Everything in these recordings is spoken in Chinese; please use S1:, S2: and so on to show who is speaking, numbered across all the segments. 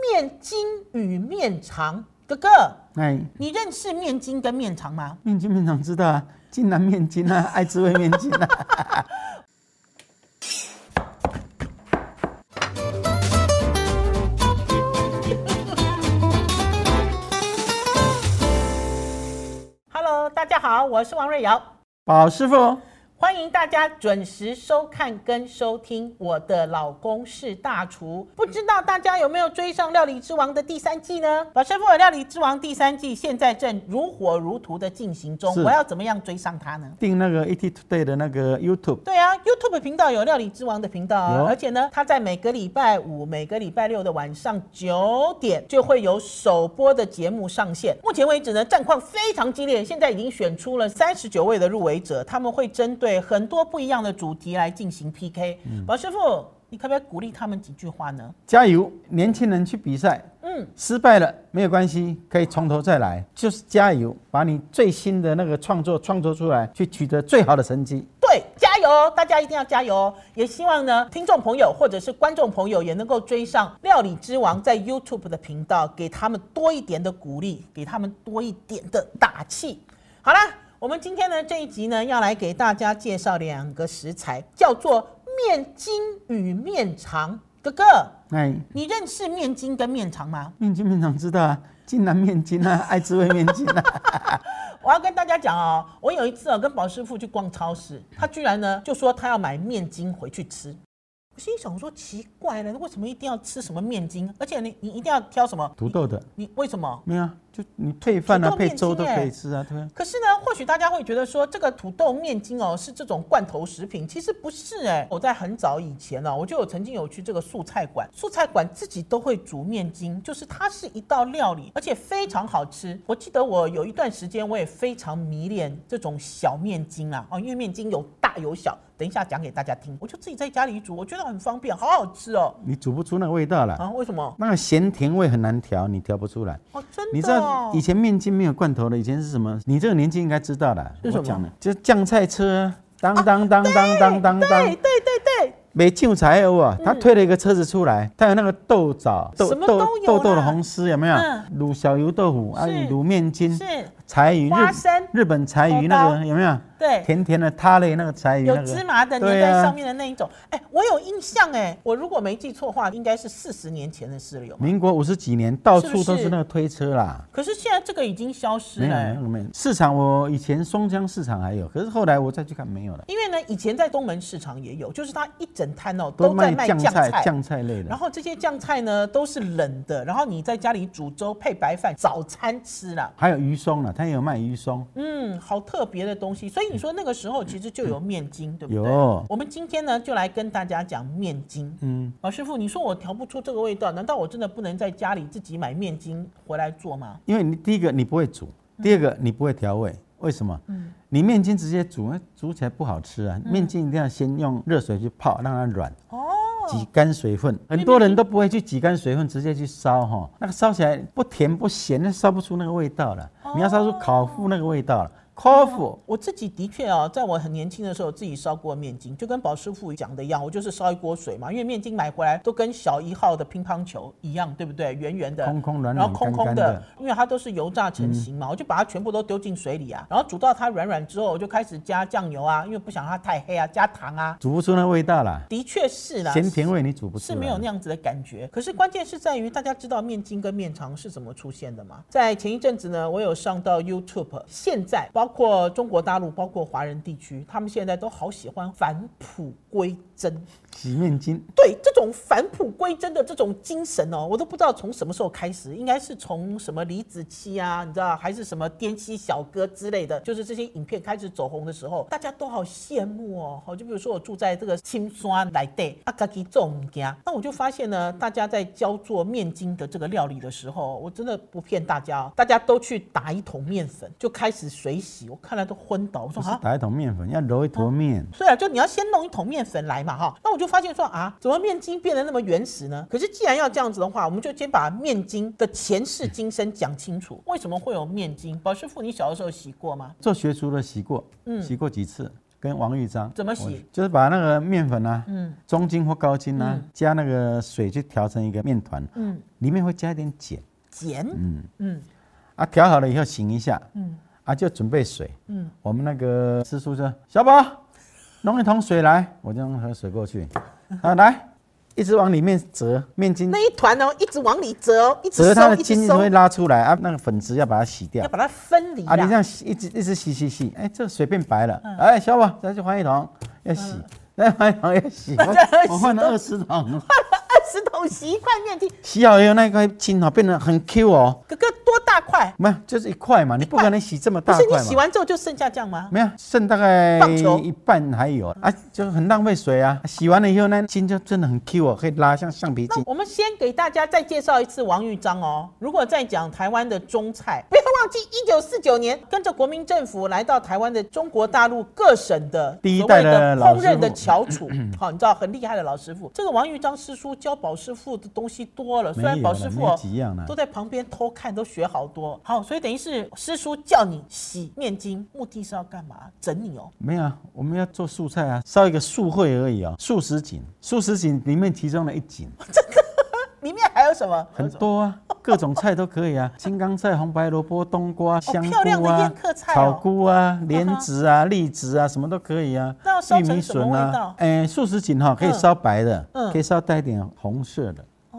S1: 面筋与面肠，哥哥，
S2: 哎，
S1: 你认识面筋跟面肠吗？
S2: 面筋面肠知道啊，金兰面筋啊，爱滋味面筋啊。
S1: Hello，大家好，我是王瑞瑶，
S2: 宝师傅，
S1: 欢迎大家准时收看跟收听我的老公是大厨。不知道大家有没有追上《料理之王》的第三季呢？宝师傅，《料理之王》第三季现在正如火如荼的进行中，
S2: 是
S1: 我要怎么样追上它呢？
S2: 订那个 ET Today 的那个 YouTube，
S1: 对啊，YouTube 频道有料理之王的频道啊
S2: 有，
S1: 而且呢，它在每个礼拜五、每个礼拜六的晚上九点就会有首播的节目上线。目前为止呢，战况非常激烈，现在已经选出了三十九位的入围者，他们会针对很多不一样的主题来进行 PK。王师傅，你可不可以鼓励他们几句话呢？
S2: 加油！年轻人去比赛，
S1: 嗯，
S2: 失败了没有关系，可以从头再来，就是加油，把你最新的那个创作创作出来，去取得最好的成绩。
S1: 对，加油！大家一定要加油哦！也希望呢，听众朋友或者是观众朋友也能够追上《料理之王》在 YouTube 的频道，给他们多一点的鼓励，给他们多一点的打气。好啦，我们今天呢这一集呢，要来给大家介绍两个食材，叫做面筋与面肠。哥哥，
S2: 哎，
S1: 你认识面筋跟面肠吗？
S2: 面筋面肠知道啊，金兰面筋啊，爱滋味面筋啊。
S1: 我要跟大家讲哦，我有一次哦跟宝师傅去逛超市，他居然呢就说他要买面筋回去吃。我心里想说奇怪了，为什么一定要吃什么面筋？而且你你一定要挑什么？
S2: 土豆的
S1: 你为什么？
S2: 没有啊，就你配饭
S1: 土
S2: 啊，
S1: 豆面
S2: 配粥
S1: 筋
S2: 都
S1: 耶哎
S2: 可以吃啊，对啊。
S1: 可是呢，或许大家会觉得说，这个土豆面筋哦是这种罐头食品，其实不是哎、我在很早以前哦呢、我就有曾经有去这个素菜馆，素菜馆自己都会煮面筋，就是它是一道料理，而且非常好吃。我记得我有一段时间我也非常迷恋这种小面筋啊，哦，因为面筋有大有小，等一下讲给大家听。我就自己在家里煮，我觉得很方便，好好吃哦。
S2: 你煮不出那个味道了，
S1: 啊，为什么？
S2: 那个咸甜味很难调，你调不出来。
S1: 哦，真的、哦，
S2: 你知道以前面筋没有罐头的，以前是什么？你这个年纪应该知道的。
S1: 是什么
S2: 我讲的就是酱菜车啊，当当当当当当
S1: 对
S2: 当，
S1: 对对对，
S2: 没酱柴油啊，他推了一个车子出来，他有那个豆枣、豆
S1: 什么
S2: 豆
S1: 都有
S2: 豆豆的
S1: 啦
S2: 红丝有没有
S1: 嗯？
S2: 卤小油豆腐，啊，
S1: 是
S2: 卤面筋、
S1: 是，
S2: 柴鱼、
S1: 花生
S2: 日日本柴鱼那个有没有？
S1: 对。
S2: 甜甜的塌类那个柴鱼，
S1: 有
S2: 那
S1: 芝
S2: 个
S1: 麻的粘
S2: 对
S1: 在
S2: 啊
S1: 上面的那一种。哎、我有印象哎、我如果没记错的话，应该是四十年前的事了有吗。
S2: 民国五十几年，到
S1: 是不
S2: 处
S1: 是
S2: 都是那个推车啦。
S1: 可是现在这个已经消失
S2: 没
S1: 了
S2: 有
S1: 哎、
S2: 没有没有市场，我以前松江市场还有，可是后来我再去看没有了，
S1: 因为呢，以前在东门市场也有，就是它一整摊哦都
S2: 都
S1: 在
S2: 卖
S1: 卖
S2: 酱
S1: 酱菜，
S2: 菜酱菜类的
S1: 然。后这些酱菜呢都是冷的，然后你在家里煮粥配白饭早餐吃啦。
S2: 还有鱼松啊了，他也有卖鱼松，
S1: 嗯，好特别的东西。所以你说那个时候其实就有面筋，对不对？
S2: 有
S1: 我们今天呢就来跟大家讲面筋。嗯，老师傅，你说我调不出这个味道，难道我真的不能在家里自己买面筋回来做吗？
S2: 因为你第一个你不会煮，
S1: 嗯
S2: 第二个你不会调味，为什么？你面筋直接煮，那煮起来不好吃啊。面筋一定要先用热水去泡，让它软，
S1: 嗯哦，
S2: 挤干水分。很多人都不会去挤干水分，直接去烧哈，那个烧起来不甜不咸，那烧不出那个味道了。
S1: 哦
S2: 你要烧出烤麸那个味道了，烤麸。
S1: 我自己的确哦，在我很年轻的时候自己烧过面筋，就跟宝师傅讲的一样，我就是烧一锅水嘛，因为面筋买回来都跟小一号的乒乓球一样，对不对？圆圆的，
S2: 空空软软
S1: 然后空空
S2: 干干
S1: 的，
S2: 的
S1: 因为它都是油炸成型嘛，我就把它全部都丢进水里啊，然后煮到它软软之后，我就开始加酱油啊，因为不想让它太黑啊，加糖啊，
S2: 煮不出那味道啦，
S1: 的确是啦，
S2: 咸甜味你煮不出
S1: 是
S2: 来
S1: 没有那样子的感觉。可是关键是在于，大家知道面筋跟面肠是怎么出现的吗？在前一阵子呢，我有上到 YouTube，现在包括中国大陆，包括华人地区，他们现在都好喜欢返璞归真。
S2: 洗面筋，
S1: 对这种返璞归真的这种精神哦，我都不知道从什么时候开始，应该是从什么李子柒啊，你知道，还是什么滇西小哥之类的，就是这些影片开始走红的时候，大家都好羡慕哦。好，就比如说我住在这个青山来地，啊，家己做物件，那我就发现呢，大家在教做面筋的这个料理的时候，我真的不骗大家、哦，大家都去打一桶面粉，就开始水洗，我看了都昏倒，我
S2: 不
S1: 说
S2: 是
S1: 啊，
S2: 打一桶面粉，要揉一坨面。
S1: 对啊，就你要先弄一桶面粉来嘛，哈。那我就发现说啊，怎么面筋变得那么原始呢？可是既然要这样子的话，我们就先把面筋的前世今生讲清楚，为什么会有面筋？宝师傅，你小的时候洗过吗？
S2: 做学厨的洗过，洗过几次，跟王玉章
S1: 嗯怎么洗
S2: 我就是把那个面粉啊，嗯，中筋或高筋啊，
S1: 嗯
S2: 加那个水去调成一个面团，嗯，里面会加一点碱
S1: 碱，嗯嗯，
S2: 啊，调好了以后醒一下，嗯，啊，就准备水，嗯，我们那个师叔说，小宝，弄一桶水来，我就弄一桶水 过去，啊，来，一直往里面折面筋，
S1: 那一团哦，一直往里折哦，一直
S2: 折它
S1: 收，
S2: 的
S1: 一直
S2: 筋
S1: 收
S2: 会，拉出来啊，那个粉质要把它洗掉
S1: 要，把它分离
S2: 啊，你这
S1: 啦。
S2: 样洗一直一直洗洗洗，哎，这水变白
S1: 嗯
S2: 了。哎，小宝，再去换一桶，要洗，再换一桶要洗。
S1: 再
S2: 我我换了二十桶，
S1: 二十桶洗一块面筋，
S2: 洗好以后那块筋哦变得很 Q 哦，
S1: 哥哥多大块？
S2: 没有，就是一块嘛，你不可能洗这么
S1: 不
S2: 大
S1: 是你
S2: 块
S1: 洗
S2: 嘛。
S1: 完之后就剩下这样吗？
S2: 没有，剩大概
S1: 棒球
S2: 一半还有啊，就很浪费水啊。洗完了以后呢，筋就真的很 Q 哦，可以拉像橡皮
S1: 那
S2: 筋。
S1: 我们先给大家再介绍一次王玉章哦。如果再讲台湾的中菜，不要忘记一九四九年跟着国民政府来到台湾的中国大陆各省的
S2: 第一
S1: 所谓
S2: 代的老
S1: 烹
S2: 师
S1: 饪的
S2: 傅
S1: 翘 楚，好，你知道很厉害的老师傅。这个王玉章师叔教宝师傅的东西多了，虽然
S2: 没有
S1: 宝
S2: 了
S1: 师
S2: 没
S1: 傅哦
S2: 几样了啊
S1: 都在旁边偷看，都学好多。好，所以等于是师叔叫你洗面筋，目的是要干嘛？整你哦。
S2: 没有啊，我们要做素菜啊，烧一个素会而已啊、哦，素食锦，素食锦里面其中的一锦。
S1: 里面还有什么？
S2: 很多啊，各种菜都可以啊， 青冈菜、红白萝卜、冬瓜、香
S1: 哦漂亮
S2: 菇
S1: 的
S2: 啊
S1: 宴客、菜哦
S2: 草菇啊、莲子啊、栗子啊，什么都可以啊
S1: 那要烧。
S2: 玉
S1: 成
S2: 米
S1: 什么
S2: 笋
S1: 味
S2: 啊
S1: 道，
S2: 哎，素食锦哈可以烧白的
S1: 嗯，
S2: 可以烧带一点红色的，
S1: 哦，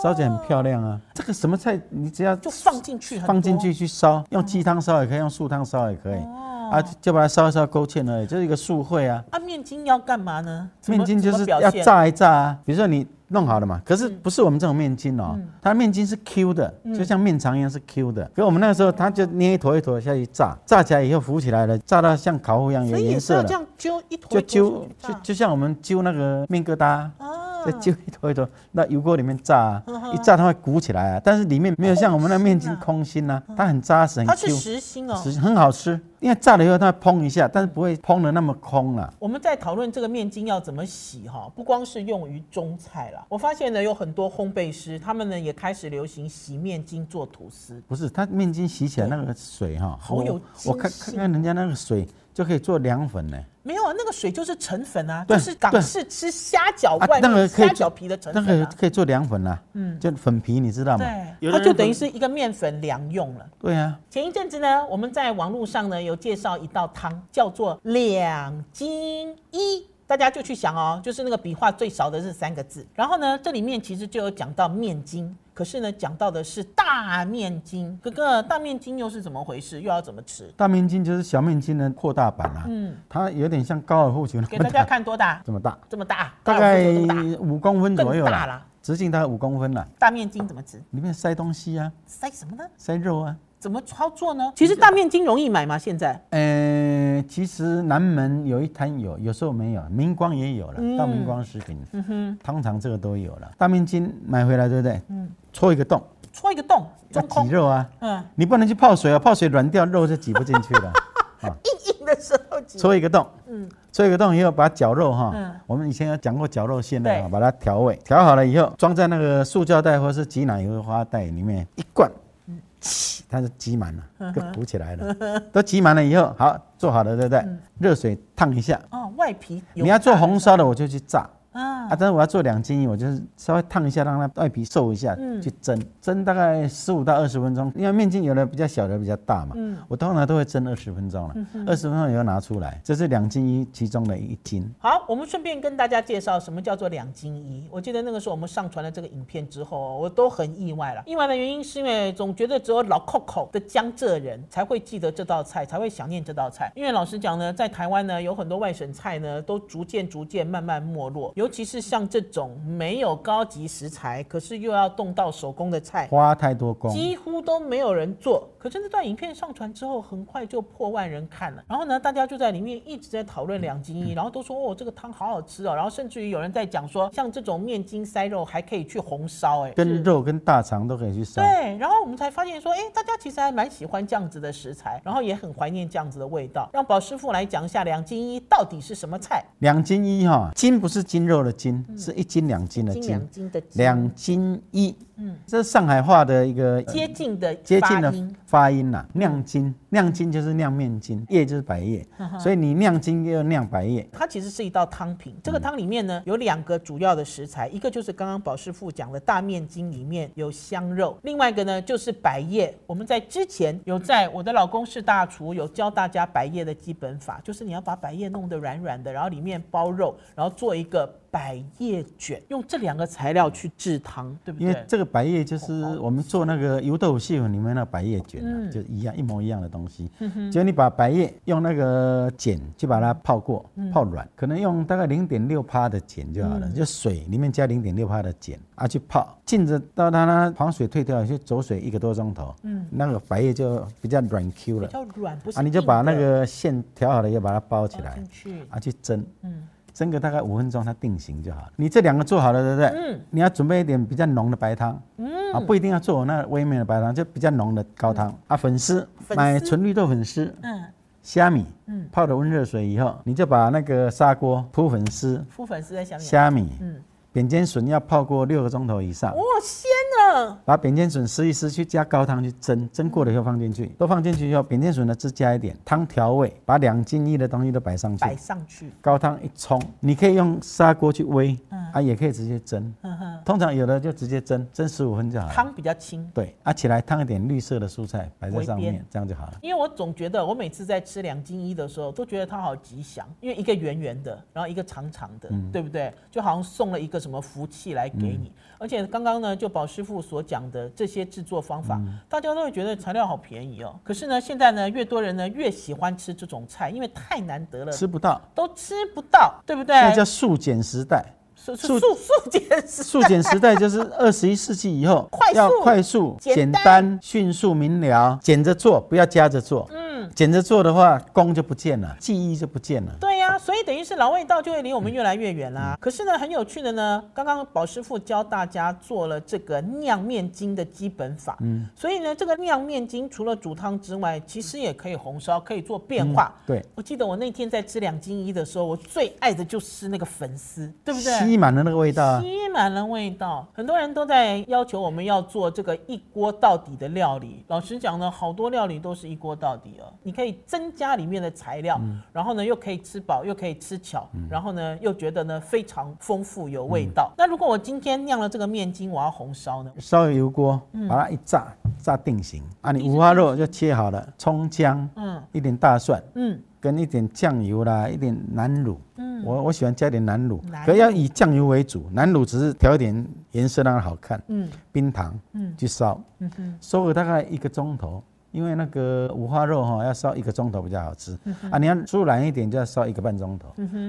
S2: 烧起来很漂亮啊。这个什么菜你只要
S1: 就放进去，
S2: 放进。去去烧，用鸡汤烧也可以，用素汤烧也可以，
S1: 哦
S2: 啊，就把它烧一烧勾芡而已，就是一个素会啊。
S1: 啊，面筋要干嘛呢？怎么
S2: 面筋就
S1: 怎么
S2: 是
S1: 表
S2: 要
S1: 现嗯
S2: 炸一炸啊，比如说你弄好了嘛，可是不是我们这种面筋哦，它面筋是 Q 的，
S1: 嗯
S2: 就像面肠一样是 Q 的。可我们那个时候，它就捏一坨一坨下去炸，炸起来以后浮起来了，炸到像烤糊一样有
S1: 所以也
S2: 嗯颜
S1: 是
S2: 色
S1: 要这
S2: 了，
S1: 样揪一坨一坨
S2: 就揪
S1: 去
S2: 就
S1: 炸
S2: 就像我们揪那个面疙瘩，
S1: 啊嗯
S2: 就揪一坨一坨那油锅里面炸啊，一炸它会鼓起来啊，但是里面没有像我们那面筋空心啊，它很扎实很
S1: 嗯它是
S2: Q，
S1: 实心哦。
S2: 实很好吃。因为炸了以后它会砰一下，但是不会砰的那么空啊了、
S1: 我们在讨论这个面筋要怎么洗哈，不光是用于中菜啦。我发现呢，有很多烘焙师，他们呢也开始流行洗面筋做吐司。
S2: 不是，它面筋洗起来那个水哈，
S1: 好
S2: 我
S1: 有
S2: 我
S1: 精
S2: 看
S1: 神
S2: 看看人家那个水就可以做凉粉呢，
S1: 没有啊，那个水就是成粉啊，
S2: 对
S1: 就是港
S2: 对
S1: 式吃虾饺
S2: 啊
S1: 外
S2: 那
S1: 面
S2: 个可以
S1: 虾饺皮的成
S2: 那个
S1: 粉啊。
S2: 可以做凉粉啦，嗯，就粉皮你知道吗？
S1: 对，它就等于是一个面粉良用了。
S2: 对啊，
S1: 前一阵子呢，我们在网络上呢有介绍一道汤，叫做两斤一。大家就去想哦，就是那个笔画最少的是三个字。然后呢，这里面其实就有讲到面筋，可是呢，讲到的是大面筋。哥哥，大面筋又是怎么回事？又要怎么吃？
S2: 大面筋就是小面筋的扩大版啦，嗯，它有点像高尔夫球
S1: 给大
S2: 那么
S1: 家
S2: 大，
S1: 看多大？
S2: 这么大，
S1: 这么大，高
S2: 大
S1: 尔
S2: 概
S1: 夫球这么大。
S2: 五公分左右
S1: 更大啦
S2: 啦，直径大概五公分啦，
S1: 大面筋怎么吃？
S2: 里面塞东西啊，
S1: 塞什么呢？
S2: 塞肉啊，
S1: 怎么操作呢？其实大面筋容易买吗？现在
S2: 呃，其实南门有一摊有，有时候没有，明光也有了，到明光食品，嗯哼，通常这个都有了。大面筋买回来对不对？嗯，戳一个洞，
S1: 戳一个洞，
S2: 要
S1: 中空
S2: 挤，肉啊，
S1: 嗯，
S2: 你不能去泡水啊，泡水软掉，肉就挤不进去了。啊，
S1: 硬硬的时候挤。
S2: 戳一个洞，嗯，戳一个洞以后把绞肉哈，
S1: 嗯
S2: 我们以前有讲过绞肉馅的
S1: 对
S2: 啊，把它调味，调好了以后装在那个塑胶袋或者是挤奶油花袋里面一灌，
S1: 嗯
S2: 起它就挤满了，就鼓起来了，都挤满了以后，好做好了对不对？
S1: 嗯
S2: 热水烫一下，
S1: 哦，外皮油
S2: 你要做红烧的我就去炸。
S1: 啊，
S2: 啊，但是我要做两斤一，我就是稍微烫一下，让它外皮瘦一下，去蒸，蒸大概十五到二十分钟，因为面筋有的比较小，有的比较大嘛，我通常都会蒸二十分钟了，二十、分钟以后拿出来，这是两斤一其中的一斤，
S1: 好，我们顺便跟大家介绍什么叫做两金一。我记得那个时候我们上传了这个影片之后哦，我都很意外了。意外的原因是因为总觉得只有老 Coco 的江浙人才会记得这道菜，才会想念这道菜。因为老实讲呢，在台湾呢，有很多外省菜呢，都逐渐逐渐慢慢没落，尤其是像这种没有高级食材，可是又要动到手工的菜。
S2: 花太多工，
S1: 几乎都没有人做。可是那段影片上传之后，很快就破万人看了。然后呢，大家就在里面一直在讨论两斤一，然后都说哦，这个汤好好吃哦。然后甚至于有人在讲说，像这种面筋塞肉还可以去红烧，哎，
S2: 跟肉跟大肠都可以去烧。
S1: 对，然后我们才发现说，哎，大家其实还蛮喜欢这样子的食材，然后也很怀念这样子的味道。让宝师傅来讲一下两斤一到底是什么菜。
S2: 两斤一哈，筋不是筋肉的斤，是嗯一斤两斤的
S1: 斤
S2: 斤
S1: 两，斤的斤
S2: 两斤一。嗯，这是上海话的一个
S1: 接近的
S2: 接近
S1: 发
S2: 的
S1: 音嗯
S2: 发音啦，酿金，酿金就是酿面筋，叶就是百叶，
S1: 嗯
S2: 所以你酿金又酿百叶，
S1: 它其实是一道汤品，这个
S2: 嗯
S1: 汤里面呢有两个主要的食材，一个就是刚刚宝师傅讲的大面筋里面有香肉，另外一个呢就是百叶。我们在之前有在我的老公是大厨有教大家百叶的基本法，就是你要把百叶弄得软软的，然后里面包肉，然后做一个百叶卷，用这两个材料去制汤，对不
S2: 因为
S1: 对？
S2: 这个百叶就是我们做那个油豆腐细粉里面那百叶卷
S1: 嗯
S2: 啊，就一样一模一样的东西。就你把百叶用那个碱去把它泡过、
S1: 嗯
S2: 泡软，可能用大概零点六帕的碱就好了，就水里面加零点六帕的碱啊去泡，浸着到它那防水退掉，就走水一个多钟头，
S1: 嗯
S2: 那个百叶就比较软 Q
S1: 比
S2: 了。
S1: 较软，不是
S2: 啊，你就把
S1: 硬的
S2: 那个线调好了，也把它包起
S1: 包嗯
S2: 来
S1: 进，去，
S2: 啊，去蒸，蒸个大概五分钟，它定型就好了。你这两个做好了，对不对？
S1: 嗯
S2: 你要准备一点比较浓的白汤，啊，不一定要做我那微面的白汤，就比较浓的高汤啊，粉丝，
S1: 嗯粉丝
S2: 买纯绿豆粉丝，
S1: 嗯，
S2: 虾米，泡了温热水以后，你就把那个砂锅铺粉丝，
S1: 敷粉丝在下面。
S2: 虾米，
S1: 嗯
S2: 扁尖笋要泡过六个钟头以上
S1: 哇、，鲜呢！
S2: 把扁尖笋撕一撕，去加高汤去蒸，蒸过了以后放进去，都放进去以后，扁尖笋的汁加一点，汤调味，把两斤一的东西都摆上去，
S1: 摆上去，
S2: 高汤一冲，你可以用砂锅去煨，啊，也可以直接蒸，通常有的就直接蒸，蒸十五分就好了。
S1: 汤比较轻。
S2: 对，啊，起来烫一点绿色的蔬菜摆在上
S1: 围
S2: 面
S1: 边，
S2: 这样就好了。
S1: 因为我总觉得我每次在吃两斤一的时候，都觉得它好吉祥，因为一个圆圆的，然后一个长长的，对不对？就好像送了一个什么福气来给你。而且刚刚呢，就宝师傅所讲的这些制作方法，大家都会觉得材料好便宜哦。可是呢，现在呢，越多人呢越喜欢吃这种菜，因为太难得了，
S2: 吃不到，
S1: 都吃不到，对不对？
S2: 所以叫素减时代。
S1: 素素
S2: 素
S1: 素素简食
S2: 素减时代就是二十一世纪以 后，
S1: 快速
S2: 要快速、
S1: 简
S2: 简
S1: 单
S2: 单、迅速、明了，简着做，不要夹着做。嗯，简着做的话，功就不见了，记忆就不见了。
S1: 对呀、所以等于是老味道就会离我们越来越远啦。可是呢，很有趣的呢，刚刚宝师傅教大家做了这个酿面筋的基本法。嗯，所以呢，这个酿面筋除了煮汤之外，其实也可以红烧，可以做变化。
S2: 对，
S1: 我记得我那天在吃两斤一的时候，我最爱的就是那个粉丝，对不对？
S2: 吸满了那个味道啊。
S1: 吸满了味道，很多人都在要求我们要做这个一锅到底的料理。老实讲呢，好多料理都是一锅到底哦。你可以增加里面的材料，然后呢又可以吃饱，又可以吃巧，然后呢又觉得呢非常丰富有味道。那如果我今天酿了这个面筋，我要红烧呢？
S2: 烧油锅，
S1: 嗯
S2: 把它一炸，炸定型。啊，你五花肉就切好了，葱姜，
S1: 嗯
S2: 一点大蒜，
S1: 嗯，
S2: 跟一点酱油啦，一点南乳。我我喜欢加点南乳
S1: 南，
S2: 可要以酱油为主，南乳只是调一点颜色让它好看。
S1: 嗯
S2: 冰糖，去烧，烧个大概一个钟头。因为那个五花肉哈、要烧一个钟头比较好吃、
S1: 嗯
S2: 啊，你要酥软一点就要烧一个半钟头。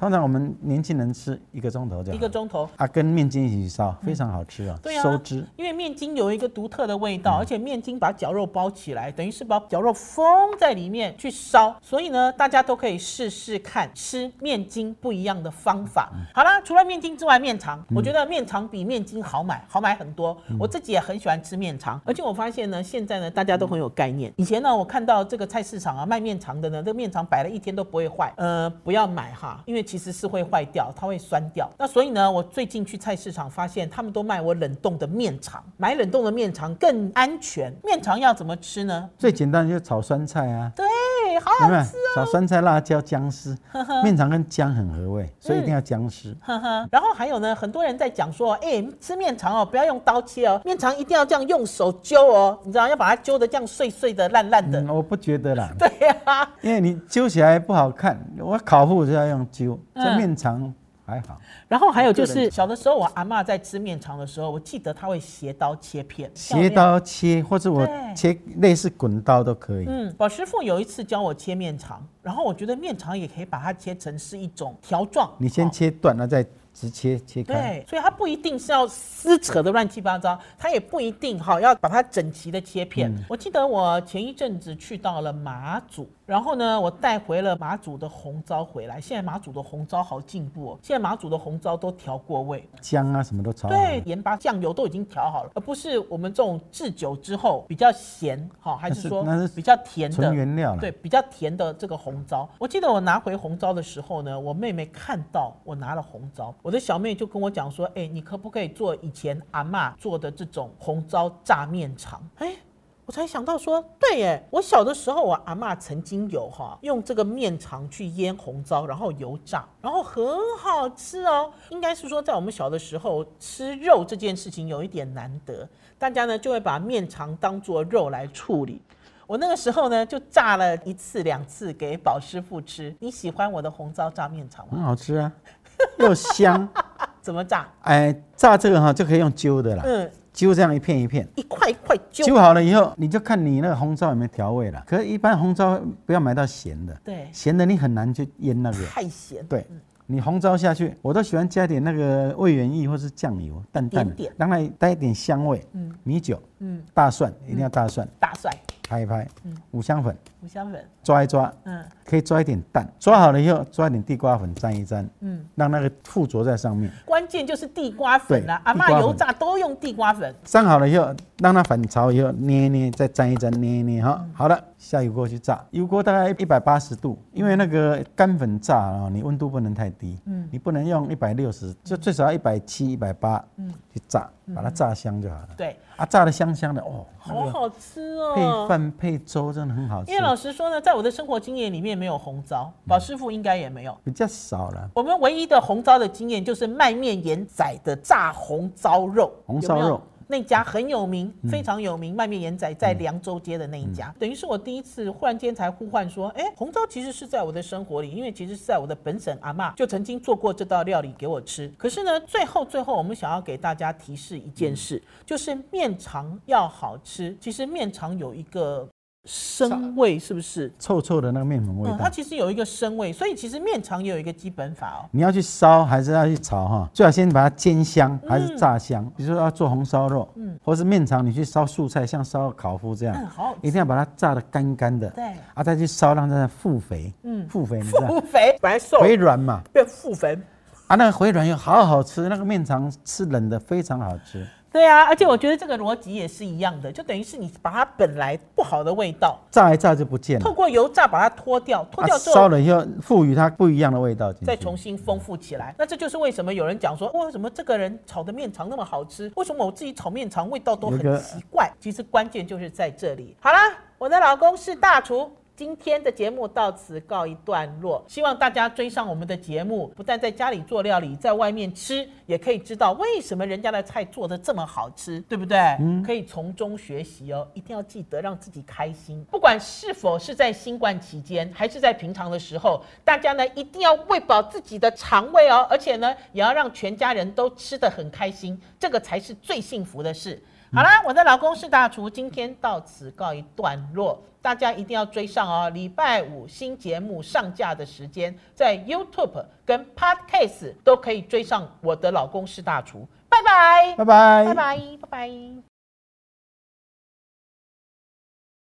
S2: 通常我们年轻人吃一个钟头就好
S1: 一个钟头。
S2: 啊，跟面筋一起烧，非常好吃啊，
S1: 对啊
S2: 收汁。
S1: 因为面筋有一个独特的味道，而且面筋把绞肉包起来，等于是把绞肉封在里面去烧，所以呢，大家都可以试试看吃面筋不一样的方法。好啦，除了面筋之外，面肠，我觉得面肠比面筋好买，好买很多。我自己也很喜欢吃面肠，而且我发现呢，现在呢，大家都很有概念。以前呢，我看到这个菜市场啊卖面肠的呢，这个面肠摆了一天都不会坏，呃，不要买哈，因为其实是会坏掉，它会酸掉。那所以呢，我最近去菜市场发现，他们都卖我冷冻的面肠，买冷冻的面肠更安全。面肠要怎么吃呢？
S2: 最简单就是炒酸菜啊，
S1: 对，好
S2: 有
S1: 好
S2: 没有
S1: 吃。？哦
S2: 炒酸菜、辣椒、姜 丝，面肠跟姜很合味，所以一定要姜丝。
S1: 呵呵，然后还有呢，很多人在讲说，哎、吃面肠哦，不要用刀切哦，面肠一定要这样用手揪哦，你知道，要把它揪的这样碎碎的、烂烂的。
S2: 嗯，我不觉得啦，
S1: 对呀、
S2: 因为你揪起来不好看。我烤糊就要用揪，这
S1: 嗯
S2: 面肠还好。
S1: 然后还有就
S2: 个
S1: 是
S2: 人
S1: 小的时候，我阿嬷在吃面肠的时候，我记得她会斜刀切片，
S2: 斜
S1: 漂亮。
S2: 刀切，或者我
S1: 对
S2: 切类似滚刀都可以。
S1: 嗯，宝师傅有一次教我切面肠，然后我觉得面肠也可以把它切成是一种条状。
S2: 你先
S1: 哦
S2: 切断了再直切切开。
S1: 对，所以它不一定是要撕扯的乱七八糟，它也不一嗯定哈要把它整齐的切片。我记得我前一阵子去到了马祖，然后呢，我带回了马祖的红糟回来。现在马祖的红糟好进步哦，现在马祖的红糟都调过味，
S2: 姜啊什么都炒好了，
S1: 对，盐巴、酱油都已经调好了，而不是我们这种制酒之后比较咸，哈，还是说
S2: 那是
S1: 比较甜的
S2: 纯原料了
S1: 对，比较甜的这个红糟。我记得我拿回红糟的时候呢，我妹妹看到我拿了红糟，我的小妹就跟我讲说，哎、你可不可以做以前阿嬷做的这种红糟炸面肠？哎、我才想到说，对耶，我小的时候我阿嬷曾经有哈用这个面肠去腌红糟，然后油炸，然后很好吃哦。应该是说在我们小的时候吃肉这件事情有一点难得，大家呢就会把面肠当做肉来处理。我那个时候呢就炸了一次两次给宝师傅吃。你喜欢我的红糟炸面肠吗？
S2: 很好 吃啊，又香。
S1: 怎么炸？
S2: 哎，炸这个哈就可以用揪的啦，
S1: 嗯，
S2: 揪这样一片一片。
S1: 一块一块揪。
S2: 揪好了以后，你就看你那个红糟有没有调味了。可是，一般红糟不要买到咸的，
S1: 对，
S2: 咸的你很难去腌那个。
S1: 太咸。
S2: 对，你红糟下去，我都喜欢加点那个味原液或是酱油，淡淡
S1: 一点点
S2: 的，让它带一点香味。嗯，米酒，嗯，大蒜一定要大蒜，
S1: 大蒜、
S2: 拍一拍，五香粉
S1: 五香粉，
S2: 抓一抓，
S1: 嗯，
S2: 可以抓一点蛋，抓好了以后抓一点地瓜粉沾一沾，嗯，让那个附着在上面。
S1: 关键就是地瓜粉啦、
S2: 对
S1: 阿
S2: 地瓜
S1: 嬷
S2: 粉
S1: 油炸都用地瓜粉。
S2: 上好了以后，让它反潮以后捏一捏，再沾一沾，捏一捏
S1: 嗯
S2: 哈。好了，下油锅去炸，油锅大概一百八十度，因为那个干粉炸啊，你温度不能太低，嗯，你不能用一百六
S1: 嗯
S2: 十，就最少要一百七、一百八，嗯，去炸，把它炸香就好了。
S1: 对，
S2: 啊，炸的香香的哦，
S1: 嗯好好吃
S2: 那个
S1: 哦
S2: 配。饭配粥真的很好吃
S1: 因为，老实说呢，在我的生活经验里面没有红糟，宝师傅应该也没有。
S2: 比较少了。
S1: 我们唯一的红糟的经验就是卖面盐仔的炸红糟肉，
S2: 红烧肉
S1: 有没有那家很有名，非常有名。卖面盐仔在凉州街的那一家，等于是我第一次忽然间才呼唤说，哎，红糟其实是在我的生活里，因为其实是在我的本省阿嬷就曾经做过这道料理给我吃。可是呢，最后最后我们想要给大家提示一件事，就是面肠要好吃。其实面肠有一个生味，是不是？
S2: 臭臭的那个面粉味
S1: 嗯，
S2: 道
S1: 它，其实有一个生味，所以其实面肠也有一个基本法哦。
S2: 你要去烧还是要去炒哈？最好先把它煎香
S1: 嗯
S2: 还是炸香？比如说要做红烧肉，嗯，或是面肠，你去烧素菜，像烧烤麸这样，
S1: 嗯，好好吃
S2: 一定要把它炸得干干的，
S1: 对
S2: 啊，再去烧让它复肥，嗯，复肥你知道
S1: 腹肥，本来啊瘦
S2: 回软嘛，
S1: 变腹肥。
S2: 啊，那个回软又好好吃，那个面肠吃冷的非常好吃，
S1: 对啊，而且我觉得这个逻辑也是一样的，就等于是你把它本来不好的味道，
S2: 炸一炸就不见
S1: 透
S2: 了，
S1: 过油炸把它脱掉，脱
S2: 啊
S1: 掉之
S2: 烧
S1: 后
S2: 了以后赋予它不一样的味道进
S1: 再
S2: 去，
S1: 重新丰富起来。那这就是为什么有人讲说，哦哇为什么这个人炒的面肠那么好吃？为什么我自己炒面肠味道都很
S2: 有一个
S1: 奇怪？其实关键就是在这里。好啦，我的老公是大厨。今天的节目到此告一段落，希望大家追上我们的节目，不但在家里做料理，在外面吃也可以知道为什么人家的菜做的这么好吃，对不对？
S2: 嗯
S1: 可以从中学习哦，一定要记得让自己开心。不管是否是在新冠期间，还是在平常的时候，大家呢一定要喂饱自己的肠胃哦，而且呢也要让全家人都吃得很开心，这个才是最幸福的事。嗯好啦，我的老公是大厨，今天到此告一段落，大家一定要追上哦！礼拜五新节目上架的时间，在 YouTube 跟 Podcast 都可以追上我的老公是大厨。拜拜，
S2: 拜拜，
S1: 拜拜，拜拜。